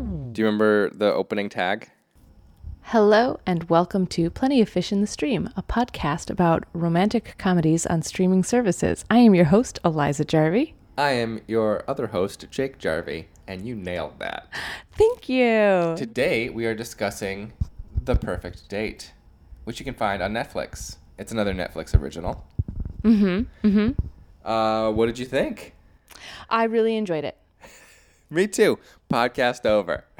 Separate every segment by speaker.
Speaker 1: remember the opening tag?
Speaker 2: Hello, and welcome to Plenty of Fish in the Stream, a podcast about romantic comedies on streaming services. I am your host, Eliza Jarvie.
Speaker 1: I am your other host, Jake Jarvie, and you nailed that.
Speaker 2: Thank you.
Speaker 1: Today we are discussing The Perfect Date, which you can find on Netflix. It's another Netflix original. Mm-hmm. Mm-hmm. Uh, what did you think?
Speaker 2: I really enjoyed it.
Speaker 1: Me too. Podcast over.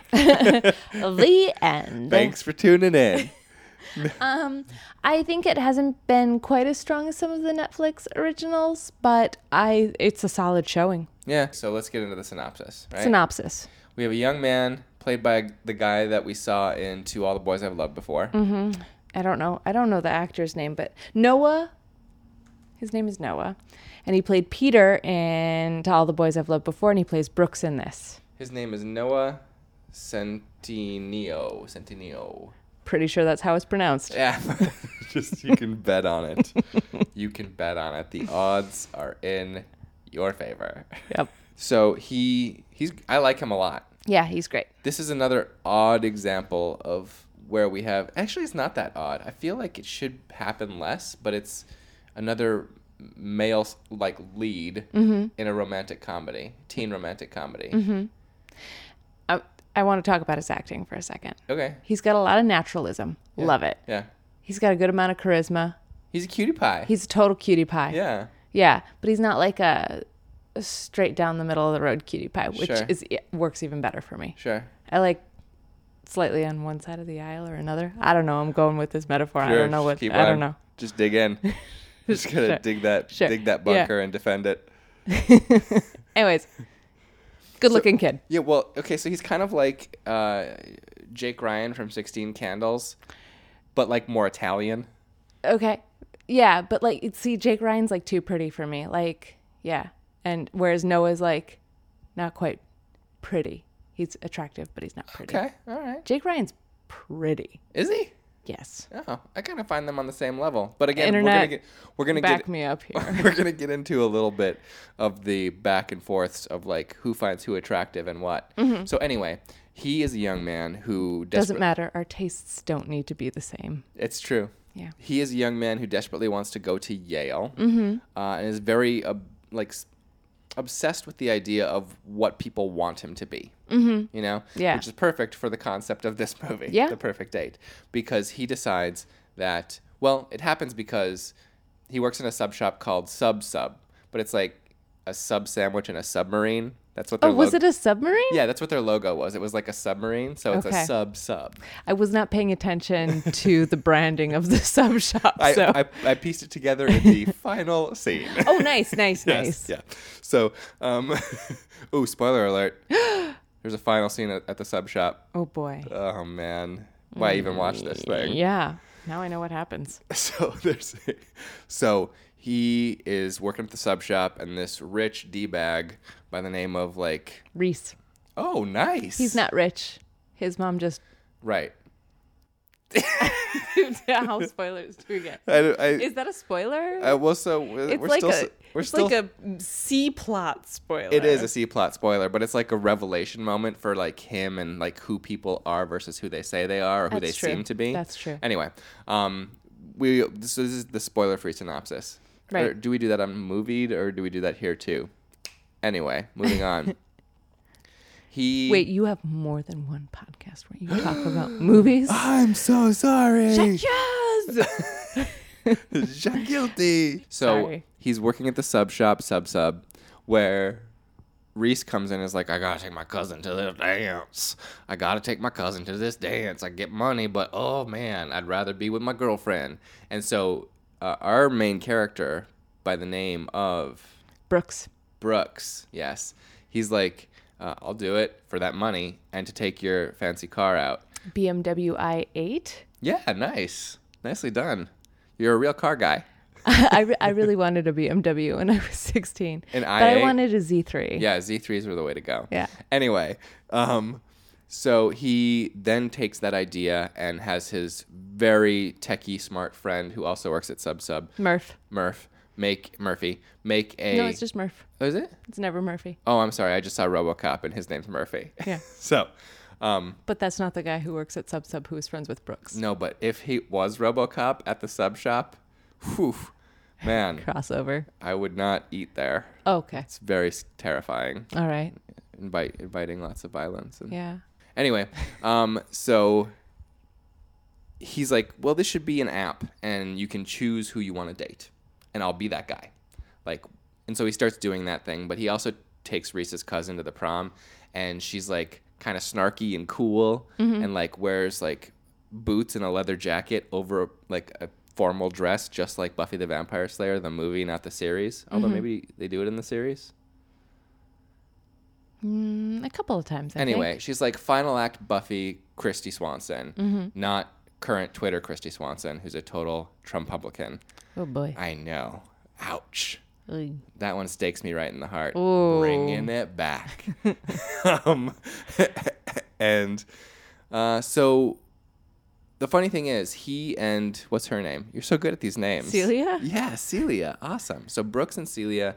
Speaker 2: The end.
Speaker 1: Thanks for tuning in.
Speaker 2: I think it hasn't been quite as strong as some of the Netflix originals, but I it's a solid showing.
Speaker 1: yeah, so let's get into the synopsis, right?
Speaker 2: Synopsis.
Speaker 1: We have a young man played by the guy that we saw in To All the Boys I've Loved Before.
Speaker 2: I don't know. I don't know the actor's name, but Noah. His name is Noah, and he played Peter in To All the Boys I've Loved Before, and he plays Brooks in this.
Speaker 1: His name is Noah Centineo. Centineo.
Speaker 2: Pretty sure that's how it's pronounced.
Speaker 1: Yeah. Just you can bet on it. you can bet on it. The odds are in your favor.
Speaker 2: Yep.
Speaker 1: So he he's I like him a lot.
Speaker 2: Yeah, he's great.
Speaker 1: This is another odd example of where we have actually it's not that odd. I feel like it should happen less, but it's another male s- like lead in a romantic comedy, teen romantic comedy.
Speaker 2: I, I want to talk about his acting for a second.
Speaker 1: Okay.
Speaker 2: He's got a lot of naturalism. Love it.
Speaker 1: Yeah.
Speaker 2: He's got a good amount of charisma.
Speaker 1: He's a cutie pie.
Speaker 2: He's a total cutie pie.
Speaker 1: yeah.
Speaker 2: Yeah, but he's not like a, a straight down the middle of the road cutie pie, which
Speaker 1: Sure.
Speaker 2: is it works even better for me.
Speaker 1: Sure.
Speaker 2: I like slightly on one side of the aisle or another. I don't know. I'm going with this metaphor. I
Speaker 1: Sure,
Speaker 2: don't know
Speaker 1: just
Speaker 2: what.
Speaker 1: keep
Speaker 2: I don't
Speaker 1: on.
Speaker 2: know.
Speaker 1: Just dig in. just gotta
Speaker 2: Sure.
Speaker 1: dig that
Speaker 2: Sure.
Speaker 1: dig that
Speaker 2: Yeah.
Speaker 1: bunker and defend it.
Speaker 2: Anyways, good looking kid.
Speaker 1: Yeah, well, okay, so he's kind of like uh, Jake Ryan from Sixteen Candles, but like more Italian.
Speaker 2: Okay. Yeah, but like, you'd see, Jake Ryan's like too pretty for me. Like, yeah, and whereas Noah's like not quite pretty. He's attractive, but he's not pretty.
Speaker 1: Okay, all right.
Speaker 2: Jake Ryan's pretty.
Speaker 1: Is he?
Speaker 2: Yes.
Speaker 1: Oh, I kind of find them on the same level. But again, we're gonna
Speaker 2: Internet,
Speaker 1: get we're gonna
Speaker 2: Back
Speaker 1: get
Speaker 2: me up here.
Speaker 1: we're gonna get into a little bit of the back and forths of like who finds who attractive and what. So anyway, he is a young man who
Speaker 2: Mm-hmm. Doesn't
Speaker 1: desper-
Speaker 2: matter. Our tastes don't need to be the same.
Speaker 1: It's true.
Speaker 2: Yeah.
Speaker 1: He is a young man who desperately wants to go to Yale, mm-hmm. uh, and is very ob- like s- obsessed with the idea of what people want him to be. Mm-hmm. You know,
Speaker 2: Yeah.
Speaker 1: which is perfect for the concept of this movie,
Speaker 2: Yeah.
Speaker 1: the perfect date, because he decides that well, it happens because he works in a sub shop called Sub Sub, but it's like a sub sandwich and a submarine. That's what. Their
Speaker 2: Oh, was
Speaker 1: log-
Speaker 2: it a submarine?
Speaker 1: Yeah, that's what their logo was. It was like a submarine, so it's
Speaker 2: Okay.
Speaker 1: a sub sub.
Speaker 2: I was not paying attention to the branding of the sub shop.
Speaker 1: I,
Speaker 2: so.
Speaker 1: I, I pieced it together in the final scene.
Speaker 2: oh, nice, nice, nice.
Speaker 1: Yeah. So, um, oh, spoiler alert. There's a final scene at, at the sub shop.
Speaker 2: Oh boy.
Speaker 1: Oh, man. Why even watch this thing?
Speaker 2: Yeah. Now I know what happens.
Speaker 1: So, there's, so he is working at the sub shop, and this rich D bag by the name of, like,
Speaker 2: Reese.
Speaker 1: oh, nice.
Speaker 2: He's not rich. His mom just.
Speaker 1: Right.
Speaker 2: How spoilers do we get?
Speaker 1: I, I,
Speaker 2: Is that a spoiler?
Speaker 1: I well, so Uh, we're,
Speaker 2: it's
Speaker 1: we're
Speaker 2: like
Speaker 1: still,
Speaker 2: a.
Speaker 1: we're
Speaker 2: it's
Speaker 1: still
Speaker 2: like a C plot spoiler.
Speaker 1: It is a C plot spoiler, but it's like a revelation moment for like him and like who people are versus who they say they are or who
Speaker 2: That's
Speaker 1: they
Speaker 2: true.
Speaker 1: seem to be.
Speaker 2: That's true.
Speaker 1: Anyway, um, we this is the spoiler free synopsis.
Speaker 2: Right.
Speaker 1: Or do we do that on Movied or do we do that here too? Anyway, moving on. he
Speaker 2: Wait, you have more than one podcast where you talk about movies?
Speaker 1: I'm so sorry.
Speaker 2: yes.
Speaker 1: Shut guilty. So
Speaker 2: Sorry.
Speaker 1: he's working at the sub shop, sub sub, where Reese comes in and is like, I gotta take my cousin to this dance. I gotta take my cousin to this dance. I get money, but oh man, I'd rather be with my girlfriend. And so uh, our main character, by the name of
Speaker 2: Brooks.
Speaker 1: Brooks, yes, he's like, uh, I'll do it for that money and to take your fancy car out.
Speaker 2: BMW i8.
Speaker 1: Yeah, nice. Nicely done. You're a real car guy.
Speaker 2: I, re- I really wanted a BMW when I was 16.
Speaker 1: An
Speaker 2: but I
Speaker 1: i8?
Speaker 2: wanted a Z3.
Speaker 1: Yeah, Z3s were the way to go.
Speaker 2: Yeah.
Speaker 1: Anyway, um, so he then takes that idea and has his very techie smart friend who also works at Sub Sub,
Speaker 2: Murph.
Speaker 1: Murph, make Murphy, make a.
Speaker 2: No, it's just Murph.
Speaker 1: Oh, is it?
Speaker 2: It's never Murphy.
Speaker 1: Oh, I'm sorry. I just saw RoboCop and his name's Murphy.
Speaker 2: Yeah.
Speaker 1: so, Um,
Speaker 2: But that's not the guy who works at Sub Sub who's friends with Brooks.
Speaker 1: no, but if he was RoboCop at the sub shop, whew, man,
Speaker 2: Crossover.
Speaker 1: I would not eat there.
Speaker 2: Okay.
Speaker 1: It's very s- terrifying,
Speaker 2: All right.
Speaker 1: invite inviting lots of violence. And
Speaker 2: Yeah.
Speaker 1: anyway, um, so he's like, well, this should be an app, and you can choose who you want to date, and I'll be that guy, like, and so he starts doing that thing, but he also takes Reese's cousin to the prom, and she's like kind of snarky and cool, and like wears like boots and a leather jacket over like a formal dress, just like Buffy the Vampire Slayer, the movie, not the series. Although maybe they do it in the series.
Speaker 2: Mm, a couple of times. I
Speaker 1: Anyway, she's like final act Buffy Christy Swanson,
Speaker 2: Mm-hmm.
Speaker 1: not current Twitter Christy Swanson, who's a total Trump publican.
Speaker 2: Think. Oh boy.
Speaker 1: I know. Ouch.
Speaker 2: Oy.
Speaker 1: That one stakes me right in the heart.
Speaker 2: Ooh.
Speaker 1: Bringing it back. um, and uh, so the funny thing is, he and what's her name? You're so good at these names.
Speaker 2: Celia?
Speaker 1: Yeah, Celia. Awesome. So Brooks and Celia,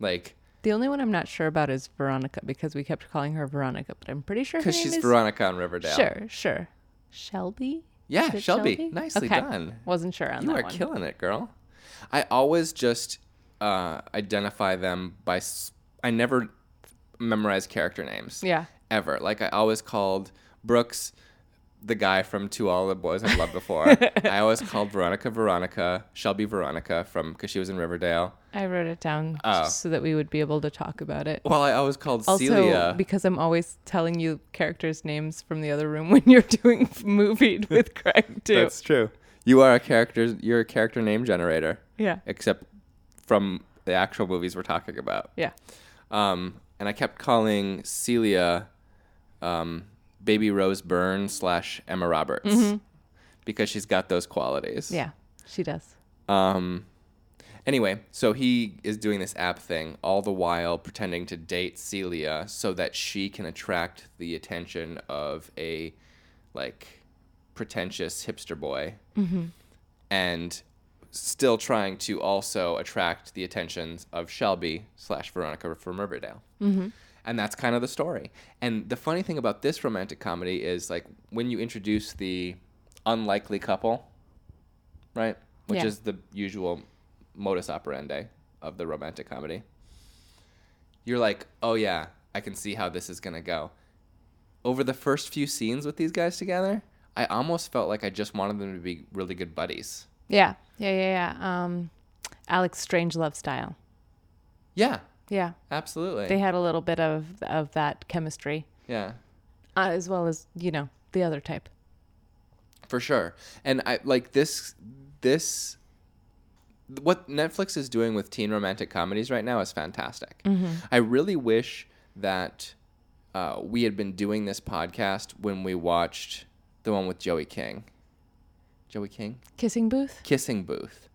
Speaker 1: like,
Speaker 2: The only one I'm not sure about is Veronica because we kept calling her Veronica, but I'm pretty sure her
Speaker 1: because
Speaker 2: name
Speaker 1: she's
Speaker 2: is
Speaker 1: Veronica on Riverdale.
Speaker 2: Sure, sure. Shelby?
Speaker 1: Yeah,
Speaker 2: Is it
Speaker 1: Shelby. Nicely
Speaker 2: Okay.
Speaker 1: done.
Speaker 2: Wasn't sure on
Speaker 1: You
Speaker 2: that
Speaker 1: are
Speaker 2: one.
Speaker 1: killing it, girl. I always just uh, identify them by. S- I never memorize character names.
Speaker 2: Yeah.
Speaker 1: Ever. Like I always called Brooks the guy from To All the Boys I've Loved Before. I always called Veronica Veronica, Shelby Veronica from because she was in Riverdale.
Speaker 2: I wrote it down
Speaker 1: Oh.
Speaker 2: just so that we would be able to talk about it.
Speaker 1: Well, I always called
Speaker 2: Also,
Speaker 1: Celia.
Speaker 2: because I'm always telling you characters' names from the other room when you're doing movied with Craig too.
Speaker 1: That's true. You are a character. You're a character name generator,
Speaker 2: yeah,
Speaker 1: except from the actual movies we're talking about.
Speaker 2: yeah.
Speaker 1: Um, and I kept calling Celia um, Baby Rose Byrne slash Emma Roberts because she's got those qualities.
Speaker 2: Yeah, she does.
Speaker 1: Um, anyway, so he is doing this app thing all the while pretending to date Celia so that she can attract the attention of a like pretentious hipster boy and still trying to also attract the attentions of Shelby slash Veronica from Riverdale. And that's kind of the story. And the funny thing about this romantic comedy is like when you introduce the unlikely couple, right? Which
Speaker 2: Yeah.
Speaker 1: is the usual modus operandi of the romantic comedy. You're like, oh yeah, I can see how this is gonna go. Over the first few scenes with these guys together, I almost felt like I just wanted them to be really good buddies.
Speaker 2: Yeah, yeah, yeah, yeah. Um, Alex Strange Love style.
Speaker 1: Yeah,
Speaker 2: Yeah,
Speaker 1: absolutely.
Speaker 2: they had a little bit of of that chemistry,
Speaker 1: yeah,
Speaker 2: uh, as well as you know the other type.
Speaker 1: for sure. And I like this. This what Netflix is doing with teen romantic comedies right now is fantastic. I really wish that uh, we had been doing this podcast when we watched the one with Joey King. Joey King,
Speaker 2: Kissing Booth.
Speaker 1: Kissing Booth.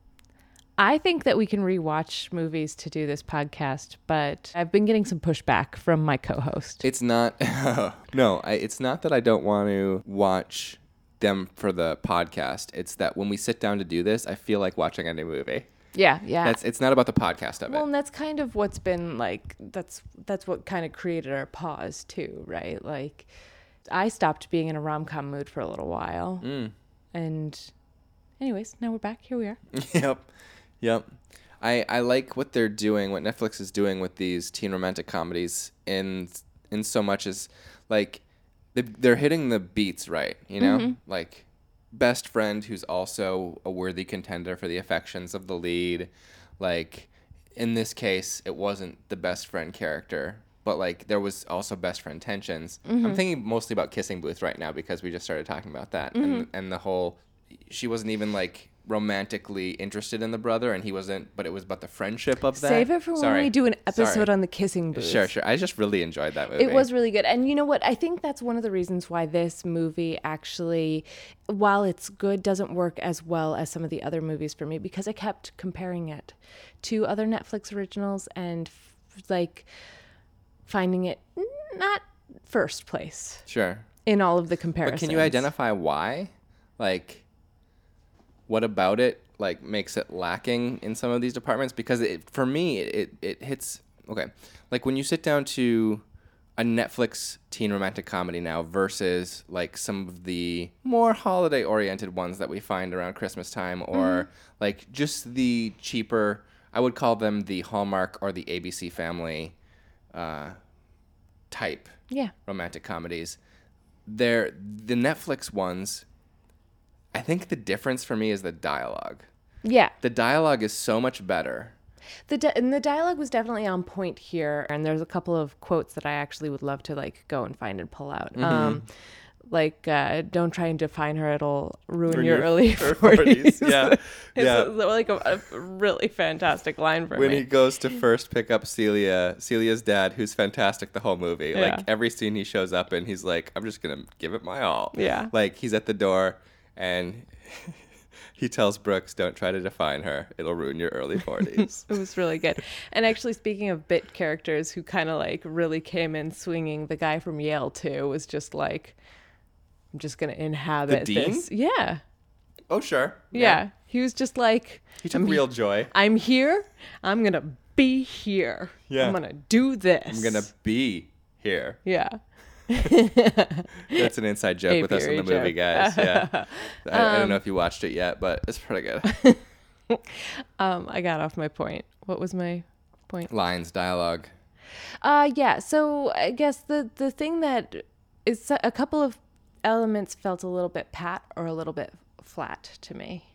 Speaker 2: I think that we can rewatch movies to do this podcast, but I've been getting some pushback from my co-host.
Speaker 1: It's not. no, I, it's not that I don't want to watch them for the podcast. It's that when we sit down to do this, I feel like watching a new movie.
Speaker 2: yeah, yeah.
Speaker 1: That's it's not about the podcast of
Speaker 2: Well,
Speaker 1: it.
Speaker 2: and that's kind of what's been like. That's that's what kind of created our pause too, right? Like, I stopped being in a rom com mood for a little while,
Speaker 1: Mm.
Speaker 2: and anyways, now we're back. Here we are.
Speaker 1: yep. Yep. I I like what they're doing, what Netflix is doing with these teen romantic comedies in in so much as like they- they're hitting the beats right, you know?
Speaker 2: Mm-hmm.
Speaker 1: Like best friend who's also a worthy contender for the affections of the lead. Like in this case, it wasn't the best friend character, but like there was also best friend tensions.
Speaker 2: Mm-hmm.
Speaker 1: I'm thinking mostly about Kissing Booth right now because we just started talking about that and
Speaker 2: Mm-hmm.
Speaker 1: and the whole she wasn't even like romantically interested in the brother and he wasn't but it was about the friendship of that.
Speaker 2: Save it for when
Speaker 1: Sorry.
Speaker 2: we do an
Speaker 1: Sorry.
Speaker 2: episode on the kissing booth.
Speaker 1: Sure, sure. I just really enjoyed that movie.
Speaker 2: It was really good. And you know what? I think that's one of the reasons why this movie actually, while it's good, doesn't work as well as some of the other movies for me because I kept comparing it to other Netflix originals and f- like finding it not first place
Speaker 1: sure.
Speaker 2: in all of the comparisons.
Speaker 1: Can you identify why? Like, what about it like makes it lacking in some of these departments? Because it, for me, it, it hits okay. Like when you sit down to, I a Netflix teen romantic comedy now versus like some of the more holiday oriented ones that we find around Christmas time or like just the cheaper I would call them the Hallmark or the ABC family uh, type
Speaker 2: Yeah.
Speaker 1: romantic comedies. They're the Netflix ones. I think the difference for me is the dialogue.
Speaker 2: Yeah.
Speaker 1: The dialogue is so much better.
Speaker 2: The di- and the dialogue was definitely on point here, and there's a couple of quotes that I actually would love to like go and find and pull out.
Speaker 1: Mm-hmm.
Speaker 2: Um, like, uh, don't try and define her; it'll ruin,
Speaker 1: your
Speaker 2: your, early
Speaker 1: early
Speaker 2: forties.
Speaker 1: 40s, yeah, yeah.
Speaker 2: it's a- like a, a really fantastic line for
Speaker 1: when
Speaker 2: me.
Speaker 1: he goes to first pick up Celia, Celia's dad, who's fantastic the whole movie.
Speaker 2: Yeah.
Speaker 1: Like every scene he shows up in, he's like, I'm just gonna give it my all.
Speaker 2: Yeah.
Speaker 1: Like he's at the door and he tells Brooks, Don't try to define her. It'll ruin your early forties.
Speaker 2: It was really good. And actually, speaking of bit characters who kind of like really came in swinging, the guy from Yale too was just like, "I'm just gonna inhabit
Speaker 1: dean?
Speaker 2: this." Yeah, yeah,
Speaker 1: oh sure.
Speaker 2: He was just like,
Speaker 1: He took real joy.
Speaker 2: I'm here. I'm gonna be here.
Speaker 1: Yeah.
Speaker 2: I'm gonna do this.
Speaker 1: I'm gonna be here.
Speaker 2: Yeah.
Speaker 1: That's an inside joke
Speaker 2: A
Speaker 1: with us in the
Speaker 2: very
Speaker 1: movie,
Speaker 2: joke.
Speaker 1: guys. Yeah. I, I don't know if you watched it yet, but it's pretty good.
Speaker 2: Um, I got off my point. What was my point?
Speaker 1: Lines, dialogue.
Speaker 2: Uh, yeah. So I guess the the thing that is a couple of elements felt a little bit pat or a little bit flat to me.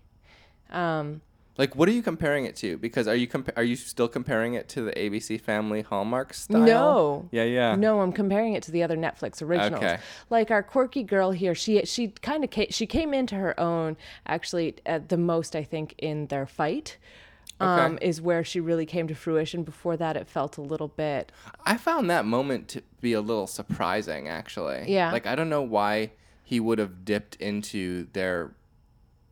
Speaker 1: Like, what are you comparing it to? Because are you compa- are you still comparing it to the ABC Family Hallmark style?
Speaker 2: No.
Speaker 1: Yeah, yeah.
Speaker 2: No, I'm comparing it to the other Netflix originals.
Speaker 1: Okay.
Speaker 2: Like our quirky girl here, she she kind of ca- she came into her own actually at the most I think in their fight. Um, is where she really came to fruition. Before that, it felt a little bit.
Speaker 1: I found that moment to be a little surprising, actually.
Speaker 2: Yeah.
Speaker 1: Like, I don't know why he would have dipped into their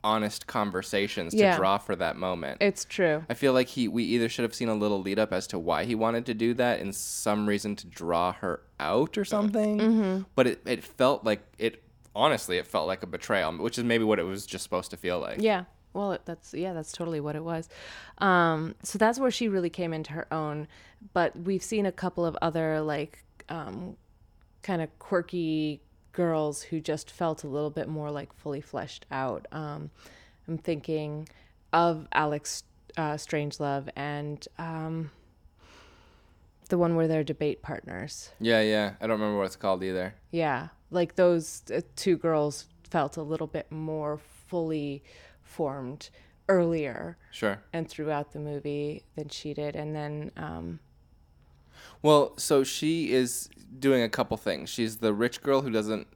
Speaker 1: honest conversations to
Speaker 2: Yeah.
Speaker 1: draw for that moment.
Speaker 2: It's true.
Speaker 1: I feel like he we either should have seen a little lead up as to why he wanted to do that and some reason to draw her out or something. But it, it felt like it honestly it felt like a betrayal, which is maybe what it was just supposed to feel like.
Speaker 2: Yeah. Well, it, that's yeah, that's totally what it was. Um, so that's where she really came into her own. But we've seen a couple of other like um, kind of quirky girls who just felt a little bit more like fully fleshed out. Um, I'm thinking of Alex uh, Strangelove and um, the one where they're debate partners.
Speaker 1: Yeah, yeah. I don't remember what it's called either.
Speaker 2: Yeah, like those uh, two girls felt a little bit more fully formed earlier
Speaker 1: Sure.
Speaker 2: and throughout the movie than she did. And then, um,
Speaker 1: Well, so she is doing a couple things. She's the rich girl who doesn't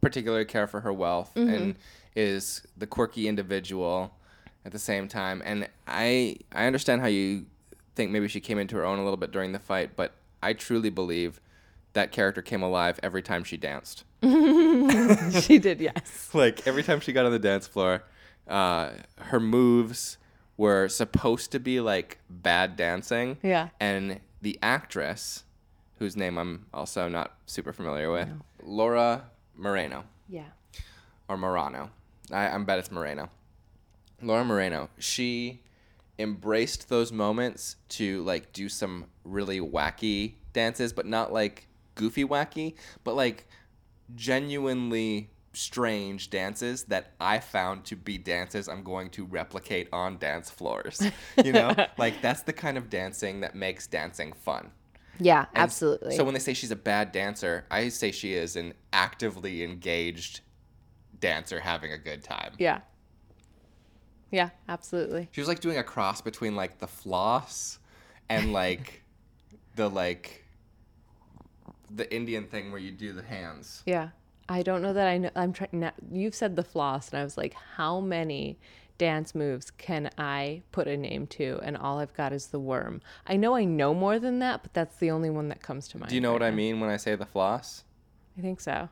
Speaker 1: particularly care for her wealth and is the quirky individual at the same time. And I I understand how you think maybe she came into her own a little bit during the fight, but I truly believe that character came alive every time she danced.
Speaker 2: she did, yes.
Speaker 1: like every time she got on the dance floor, uh, her moves were supposed to be like bad dancing.
Speaker 2: Yeah.
Speaker 1: And the actress, whose name I'm also not super familiar with, Laura Moreno
Speaker 2: Yeah.
Speaker 1: or Morano. I, I bet it's Moreno. Laura Moreno. She embraced those moments to like do some really wacky dances, but not like goofy wacky, but like genuinely strange dances that I found to be dances I'm going to replicate on dance floors. You know, like that's the kind of dancing that makes dancing fun.
Speaker 2: Yeah,
Speaker 1: And s-
Speaker 2: absolutely.
Speaker 1: So when they say she's a bad dancer, I say she is an actively engaged dancer having a good time.
Speaker 2: yeah. Yeah, absolutely.
Speaker 1: She was like doing a cross between like the floss and like the like the Indian thing where you do the hands.
Speaker 2: Yeah. I don't know that I know. I'm trying. Now, you've said the floss, and I was like, how many dance moves can I put a name to? And all I've got is the worm. I know I know more than that, but that's the only one that comes to mind.
Speaker 1: Do you know
Speaker 2: right
Speaker 1: what I mean when I say the floss?
Speaker 2: I think so.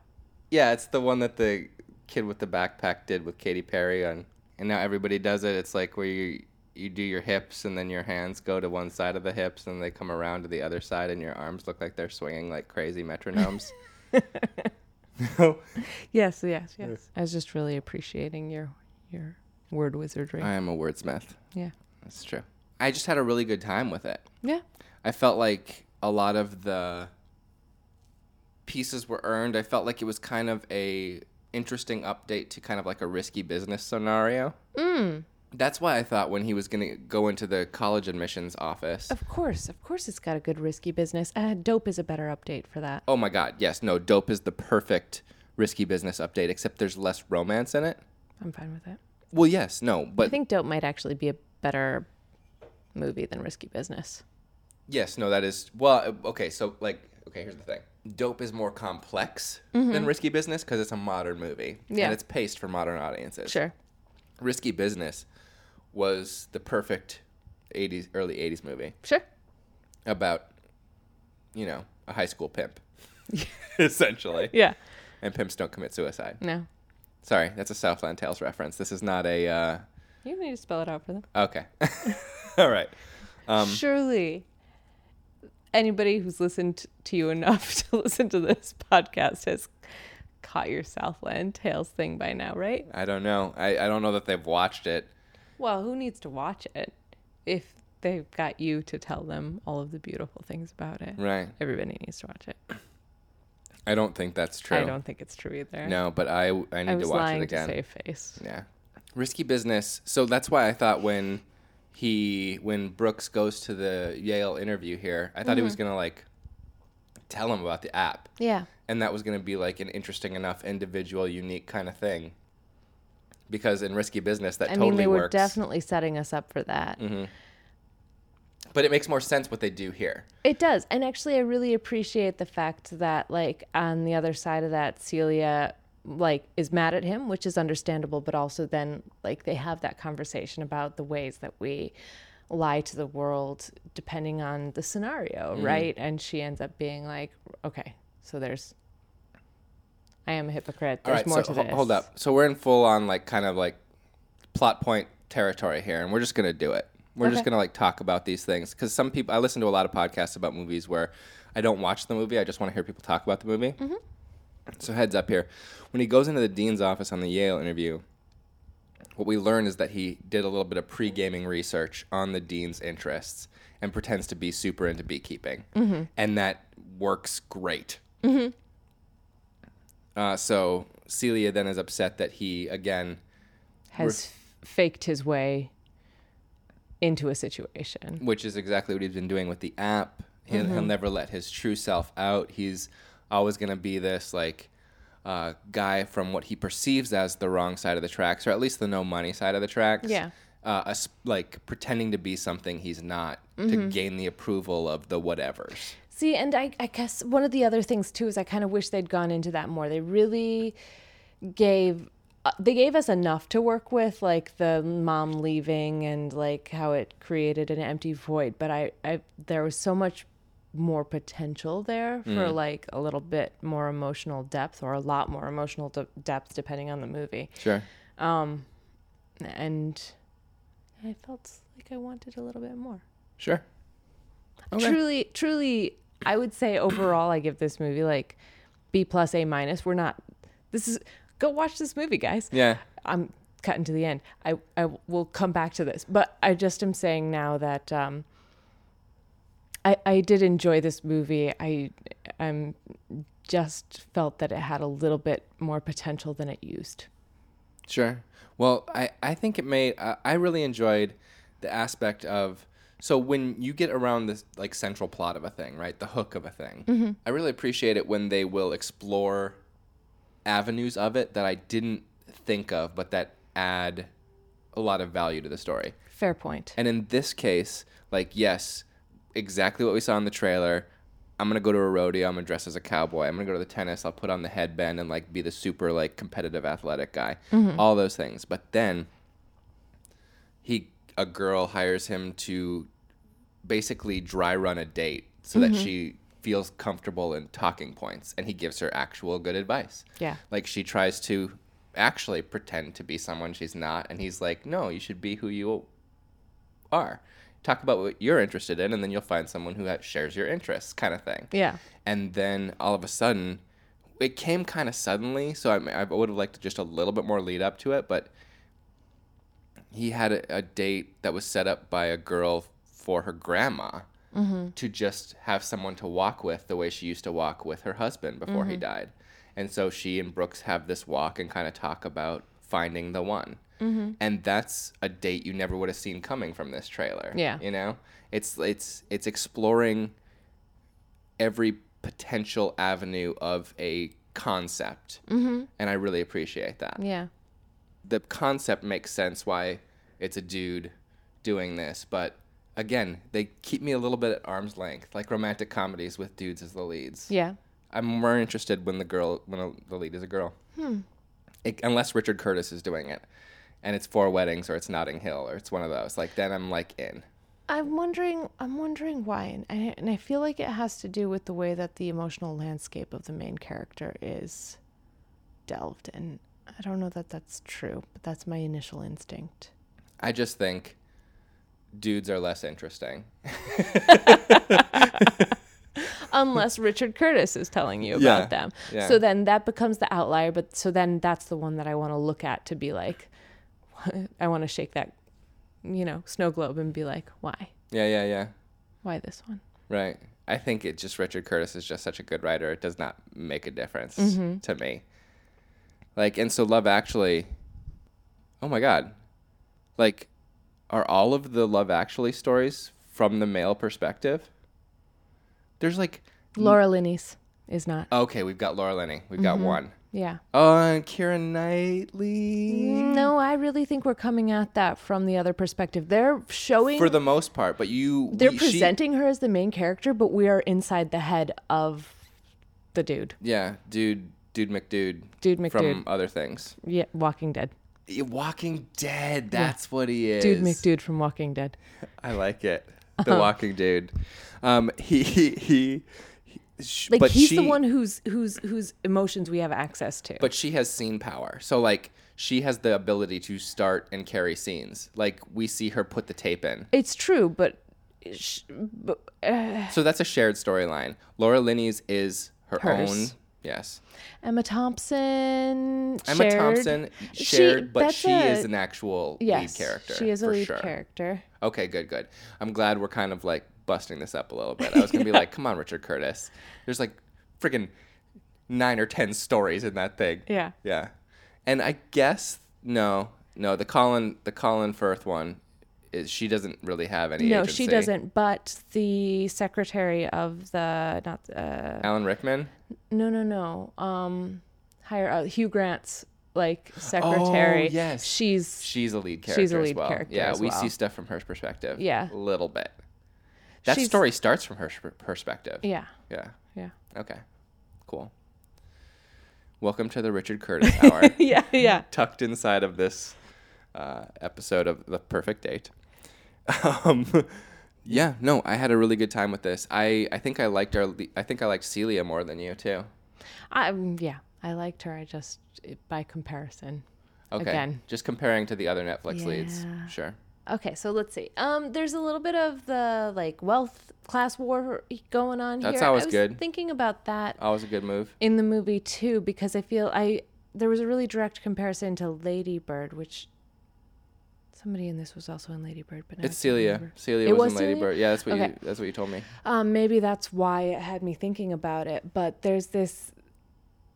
Speaker 1: Yeah, it's the one that the kid with the backpack did with Katy Perry on and now everybody does it. It's like where you you do your hips and then your hands go to one side of the hips and they come around to the other side and your arms look like they're swinging like crazy metronomes. I
Speaker 2: Yes, yes, yes. I was just really appreciating your your word wizardry.
Speaker 1: am a wordsmith.
Speaker 2: yeah.
Speaker 1: That's true. I just had a really good time with it.
Speaker 2: Yeah.
Speaker 1: I felt like a lot of the pieces were earned. I felt like it was kind of a interesting update to kind of like a risky business scenario.
Speaker 2: Mm.
Speaker 1: That's why I thought when he was going to go into the college admissions office.
Speaker 2: Of course, of course, it's got a good risky business. Uh, dope is a better update for that.
Speaker 1: Oh my god, yes, no, dope is the perfect risky business update except there's less romance in it.
Speaker 2: I'm fine with it.
Speaker 1: Well, yes, no,
Speaker 2: I
Speaker 1: but
Speaker 2: think dope might actually be a better movie than risky business.
Speaker 1: yes, no, that is well, uh, okay, so like okay, here's the thing. Dope is more complex than Risky Business because it's a modern movie
Speaker 2: Mm-hmm. Yeah.
Speaker 1: and it's paced for modern audiences.
Speaker 2: Sure.
Speaker 1: Risky Business was the perfect 80s early 80s movie
Speaker 2: Sure.
Speaker 1: about you know, a high school pimp essentially.
Speaker 2: Yeah.
Speaker 1: And pimps don't commit suicide.
Speaker 2: No.
Speaker 1: Sorry, that's a Southland Tales reference. This is not a uh
Speaker 2: You need to spell it out for them.
Speaker 1: okay. All right.
Speaker 2: Surely anybody who's listened to you enough to listen to this podcast has caught your Southland Tales thing by now, right?
Speaker 1: I don't know. I, I don't know that they've watched it.
Speaker 2: Well, who needs to watch it if they've got you to tell them all of the beautiful things about it?
Speaker 1: Right.
Speaker 2: Everybody needs to watch it.
Speaker 1: I don't think that's true.
Speaker 2: I don't think it's true either.
Speaker 1: No, but I I need
Speaker 2: I
Speaker 1: to
Speaker 2: was
Speaker 1: watch
Speaker 2: lying
Speaker 1: it again.
Speaker 2: to save face.
Speaker 1: Yeah. Risky business. So that's why I thought when he when Brooks goes to the Yale interview here, I thought he was
Speaker 2: Mm-hmm.
Speaker 1: gonna like tell him about the app.
Speaker 2: Yeah.
Speaker 1: And that was gonna be like an interesting enough individual, unique kind of thing. Because in risky business that
Speaker 2: I
Speaker 1: totally
Speaker 2: mean, they were
Speaker 1: works.
Speaker 2: definitely setting us up for that.
Speaker 1: but it makes more sense what they do here.
Speaker 2: It does. And actually, I really appreciate the fact that, like, on the other side of that, Celia, like, is mad at him, which is understandable, but also then, like, they have that conversation about the ways that we lie to the world depending on the scenario,
Speaker 1: Mm-hmm.
Speaker 2: right? And she ends up being like, okay, so there's, I am a hypocrite. There's more
Speaker 1: so
Speaker 2: to
Speaker 1: ho-
Speaker 2: this.
Speaker 1: hold up. So we're in full on like kind of like plot point territory here, and we're just gonna do it. We're just
Speaker 2: Okay.
Speaker 1: gonna like talk about these things because some people. I listen to a lot of podcasts about movies where I don't watch the movie. I just want to hear people talk about the movie.
Speaker 2: Mm-hmm.
Speaker 1: So heads up here. When he goes into the dean's office on the Yale interview, what we learn is that he did a little bit of pre-gaming research on the dean's interests and pretends to be super into beekeeping,
Speaker 2: Mm-hmm.
Speaker 1: and that works great. Uh, so Celia then is upset that he again
Speaker 2: Has f- faked his way into a situation.
Speaker 1: which is exactly what he's been doing with the app. He'll, he'll never let his true self out. He's always going to be this like uh, guy from what he perceives as the wrong side of the tracks, or at least the no money side of the tracks.
Speaker 2: Yeah.
Speaker 1: Uh, as- like pretending to be something he's not to gain the approval of the whatevers.
Speaker 2: See, and I, I guess one of the other things too is I kind of wish they'd gone into that more. They really gave uh, they gave us enough to work with, like the mom leaving and like how it created an empty void. But I, I there was so much more potential there for like a little bit more emotional depth or a lot more emotional de- depth depending on the movie.
Speaker 1: Sure.
Speaker 2: And I felt like I wanted a little bit more.
Speaker 1: Sure. Okay.
Speaker 2: truly truly i would say overall i give this movie like b plus a minus we're not this is go watch this movie guys
Speaker 1: Yeah.
Speaker 2: i'm cutting to the end i i will come back to this but i just am saying now that um i i did enjoy this movie i i'm just felt that it had a little bit more potential than it used
Speaker 1: Sure. Well, I, I think it made I I really enjoyed the aspect of so when you get around this like central plot of a thing, right? The hook of a thing. I really appreciate it when they will explore avenues of it that I didn't think of, but that add a lot of value to the story.
Speaker 2: fair point
Speaker 1: And in this case, like, yes, exactly what we saw in the trailer. I'm gonna go to a rodeo. I'm gonna dress as a cowboy. I'm gonna go to the tennis. I'll put on the headband and like be the super like competitive athletic guy. All those things. But then he a girl hires him to basically dry run a date so that she feels comfortable in talking points and he gives her actual good advice.
Speaker 2: Yeah.
Speaker 1: Like she tries to actually pretend to be someone she's not and he's like, "No, you should be who you are. Talk about what you're interested in and then you'll find someone who ha- shares your interests," kind of thing.
Speaker 2: yeah
Speaker 1: And then all of a sudden, it came kind of suddenly, so I, I would have liked just a little bit more lead up to it, but he had a, a date that was set up by a girl for her grandma to just have someone to walk with the way she used to walk with her husband before he died. And so she and Brooks have this walk and kind of talk about finding the one. And that's a date you never would have seen coming from this trailer.
Speaker 2: Yeah.
Speaker 1: You know? It's it's it's exploring every potential avenue of a concept. Mm-hmm. And I really appreciate that
Speaker 2: Yeah.
Speaker 1: the concept makes sense why it's a dude doing this, but again, they keep me a little bit at arm's length, like romantic comedies with dudes as the leads.
Speaker 2: Yeah.
Speaker 1: I'm more interested when the girl, when a, the lead is a girl, It- unless Richard Curtis is doing it, and it's Four Weddings or it's Notting Hill or it's one of those. Like then I'm like in.
Speaker 2: I'm wondering. I'm wondering why, and I, and I feel like it has to do with the way that the emotional landscape of the main character is delved in. I don't know that that's true, but that's my initial instinct.
Speaker 1: I just think dudes are less interesting.
Speaker 2: Unless Richard Curtis is telling you about
Speaker 1: Yeah,
Speaker 2: them,
Speaker 1: yeah.
Speaker 2: so then that becomes the outlier. But so then that's the one that I want to look at to be like, I want to shake that, you know, snow globe and be like, why,
Speaker 1: Yeah, yeah, yeah.
Speaker 2: why this one?
Speaker 1: Right. I think it just Richard Curtis is just such a good writer. It does not make a difference
Speaker 2: Mm-hmm.
Speaker 1: to me. Like, and so Love Actually, oh my God. Like, are all of the Love Actually stories from the male perspective? There's like,
Speaker 2: Laura Linney's is not.
Speaker 1: okay, we've got Laura Linney. We've
Speaker 2: Mm-hmm.
Speaker 1: got one.
Speaker 2: Yeah.
Speaker 1: Oh, and Kieran Knightley.
Speaker 2: Mm, No, I really think we're coming at that from the other perspective. They're showing,
Speaker 1: For the most part, but you.
Speaker 2: they're
Speaker 1: we- she-
Speaker 2: presenting her as the main character, but we are inside the head of the dude.
Speaker 1: yeah, dude, dude McDude.
Speaker 2: Dude
Speaker 1: From
Speaker 2: McDude.
Speaker 1: other things.
Speaker 2: Yeah, Walking Dead.
Speaker 1: Walking Dead. That's what he is.
Speaker 2: Dude Uh-huh. McDude from Walking Dead.
Speaker 1: I like it. The walking dude. Um, he he he. he- sh-
Speaker 2: Like
Speaker 1: but
Speaker 2: he's
Speaker 1: she,
Speaker 2: the one who's whose whose emotions we have access to.
Speaker 1: But she has scene power, so like she has the ability to start and carry scenes. Like we see her put the tape in.
Speaker 2: it's true, but, sh- but
Speaker 1: So that's a shared storyline. Laura Linney's is her
Speaker 2: Hers.
Speaker 1: own. Yes.
Speaker 2: Emma Thompson.
Speaker 1: Emma
Speaker 2: shared-
Speaker 1: Thompson
Speaker 2: She-
Speaker 1: shared, but
Speaker 2: that's
Speaker 1: she
Speaker 2: a-
Speaker 1: is an actual
Speaker 2: yes,
Speaker 1: lead character.
Speaker 2: She is a
Speaker 1: for
Speaker 2: lead
Speaker 1: sure.
Speaker 2: character.
Speaker 1: Okay, good, good. I'm glad we're kind of like busting this up a little bit. I was gonna be like, come on, Richard Curtis. There's like freaking nine or ten stories in that thing.
Speaker 2: Yeah.
Speaker 1: Yeah. And I guess no, no, the Colin the Colin Firth one is she doesn't really have any
Speaker 2: No,
Speaker 1: agency.
Speaker 2: she doesn't. But the secretary of the not uh,
Speaker 1: Alan Rickman?
Speaker 2: no no no um higher uh, Hugh Grant's like secretary.
Speaker 1: Oh, yes.
Speaker 2: she's
Speaker 1: She's a lead character.
Speaker 2: She's a
Speaker 1: as
Speaker 2: lead
Speaker 1: well.
Speaker 2: character
Speaker 1: Yeah,
Speaker 2: as
Speaker 1: we
Speaker 2: well.
Speaker 1: see stuff from her perspective.
Speaker 2: Yeah.
Speaker 1: A little bit. That
Speaker 2: She's-
Speaker 1: story starts from her sh- perspective.
Speaker 2: yeah
Speaker 1: Yeah.
Speaker 2: yeah
Speaker 1: Okay. Cool. Welcome to the Richard Curtis hour.
Speaker 2: yeah yeah.
Speaker 1: tucked inside of this uh, episode of The Perfect Date. Um, yeah, no, I had a really good time with this. I, I think I liked our le- I think I liked Celia more than you too.
Speaker 2: I um, yeah I liked her. I just it, by comparison.
Speaker 1: Okay,
Speaker 2: Again.
Speaker 1: just comparing to the other Netflix leads,
Speaker 2: Yeah.
Speaker 1: sure.
Speaker 2: Okay, so let's see. Um, there's a little bit of the like wealth class war going on here.
Speaker 1: That's always
Speaker 2: I was
Speaker 1: good. Uh,
Speaker 2: Thinking about that
Speaker 1: Always Oh, a good move.
Speaker 2: in the movie too because I feel I there was a really direct comparison to Lady Bird, which somebody in this was also in Lady Bird, but now I
Speaker 1: It's
Speaker 2: can't
Speaker 1: Celia.
Speaker 2: remember.
Speaker 1: Celia
Speaker 2: It
Speaker 1: was,
Speaker 2: was
Speaker 1: in Lady
Speaker 2: Celia?
Speaker 1: Bird. Yeah, that's what you
Speaker 2: Okay.
Speaker 1: that's what you told me.
Speaker 2: Um, maybe that's why it had me thinking about it. But there's this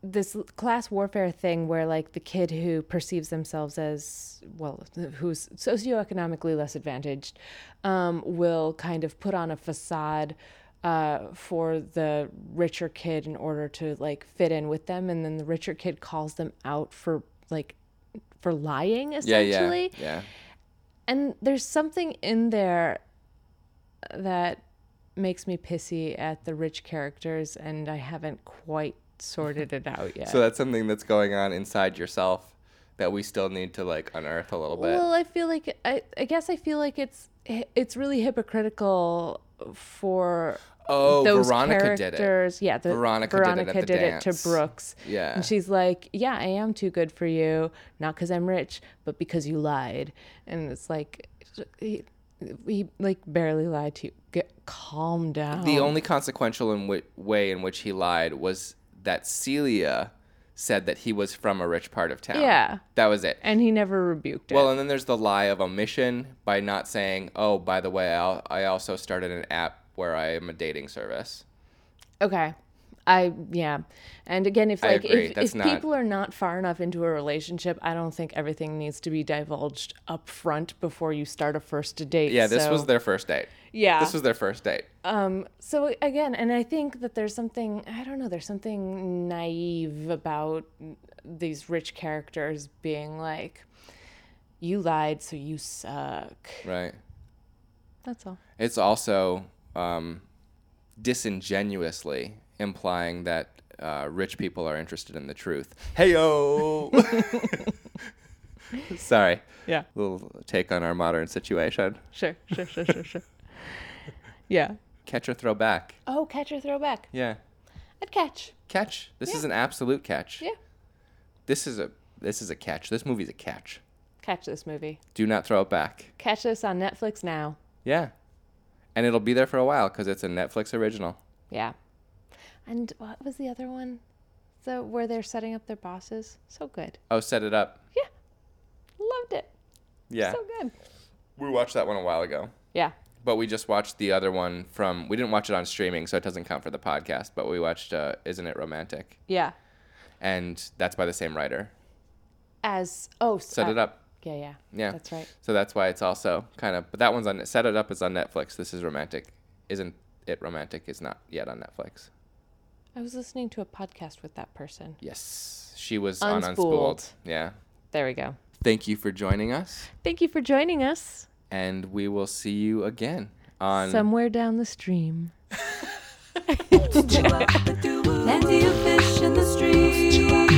Speaker 2: this class warfare thing where like the kid who perceives themselves as well who's socioeconomically less advantaged um, will kind of put on a facade uh, for the richer kid in order to like fit in with them and then the richer kid calls them out for like for lying
Speaker 1: Yeah,
Speaker 2: essentially
Speaker 1: yeah, yeah.
Speaker 2: and there's something in there that makes me pissy at the rich characters, and I haven't quite sorted it out yet.
Speaker 1: So that's something that's going on inside yourself that we still need to like unearth a little bit.
Speaker 2: well, I feel like I, I guess I feel like it's it's really hypocritical for
Speaker 1: oh,
Speaker 2: those
Speaker 1: Veronica did it.
Speaker 2: characters. Yeah, the,
Speaker 1: Veronica did it at
Speaker 2: Veronica
Speaker 1: the
Speaker 2: did it
Speaker 1: dance.
Speaker 2: to Brooks.
Speaker 1: Yeah.
Speaker 2: and she's like, "Yeah, I am too good for you, not because I'm rich, but because you lied." And it's like, he, he like barely lied to you. Get calm down.
Speaker 1: The only consequential in w- way in which he lied was that Celia said that he was from a rich part of town.
Speaker 2: Yeah.
Speaker 1: That was it.
Speaker 2: and he never rebuked it.
Speaker 1: Well, and then there's the lie of omission by not saying, oh, by the way, I'll, I also started an app where I am a dating service.
Speaker 2: Okay. I yeah. And again if
Speaker 1: I
Speaker 2: like
Speaker 1: agree.
Speaker 2: if,
Speaker 1: That's
Speaker 2: if
Speaker 1: not-
Speaker 2: people are not far enough into a relationship, I don't think everything needs to be divulged up front before you start a first date.
Speaker 1: Yeah, this
Speaker 2: so-
Speaker 1: was their first date.
Speaker 2: Yeah.
Speaker 1: This was their first date.
Speaker 2: So again, and I think that there's something I don't know, there's something naive about these rich characters being like you lied so you suck.
Speaker 1: Right.
Speaker 2: That's all.
Speaker 1: It's also um, disingenuously implying that uh, rich people are interested in the truth. Hey yo! Sorry.
Speaker 2: Yeah.
Speaker 1: Little take on our modern situation.
Speaker 2: Sure, sure, sure, sure, sure. Yeah.
Speaker 1: Catch or throw back.
Speaker 2: Oh, catch or throw back.
Speaker 1: Yeah.
Speaker 2: I'd catch.
Speaker 1: Catch. This is an absolute catch.
Speaker 2: Yeah.
Speaker 1: This is a this is a catch. This movie's a catch.
Speaker 2: Catch this movie.
Speaker 1: Do not throw it back.
Speaker 2: Catch this on Netflix now.
Speaker 1: Yeah. And it'll be there for a while because it's a Netflix original.
Speaker 2: Yeah. And what was the other one? The where they're setting up their bosses. So good.
Speaker 1: Oh, set it up.
Speaker 2: Yeah. Loved it.
Speaker 1: Yeah.
Speaker 2: So good.
Speaker 1: we watched that one a while ago.
Speaker 2: Yeah.
Speaker 1: But we just watched the other one from. We didn't watch it on streaming, so it doesn't count for the podcast. But we watched uh, "Isn't It Romantic,"
Speaker 2: Yeah.
Speaker 1: and that's by the same writer.
Speaker 2: As oh
Speaker 1: Set it up,
Speaker 2: Yeah, yeah.
Speaker 1: yeah.
Speaker 2: That's right.
Speaker 1: So that's why it's also kind of. But that one's on. Set it up is on Netflix. This is romantic. Isn't it romantic? Is not yet on Netflix.
Speaker 2: I was listening to a podcast with that person.
Speaker 1: Yes, she was on Unspooled.
Speaker 2: Unspooled.
Speaker 1: Yeah.
Speaker 2: There we go.
Speaker 1: Thank you for joining us,
Speaker 2: Thank you for joining us
Speaker 1: and we will see you again on.
Speaker 2: somewhere down the stream.
Speaker 3: Plenty of fish in the stream.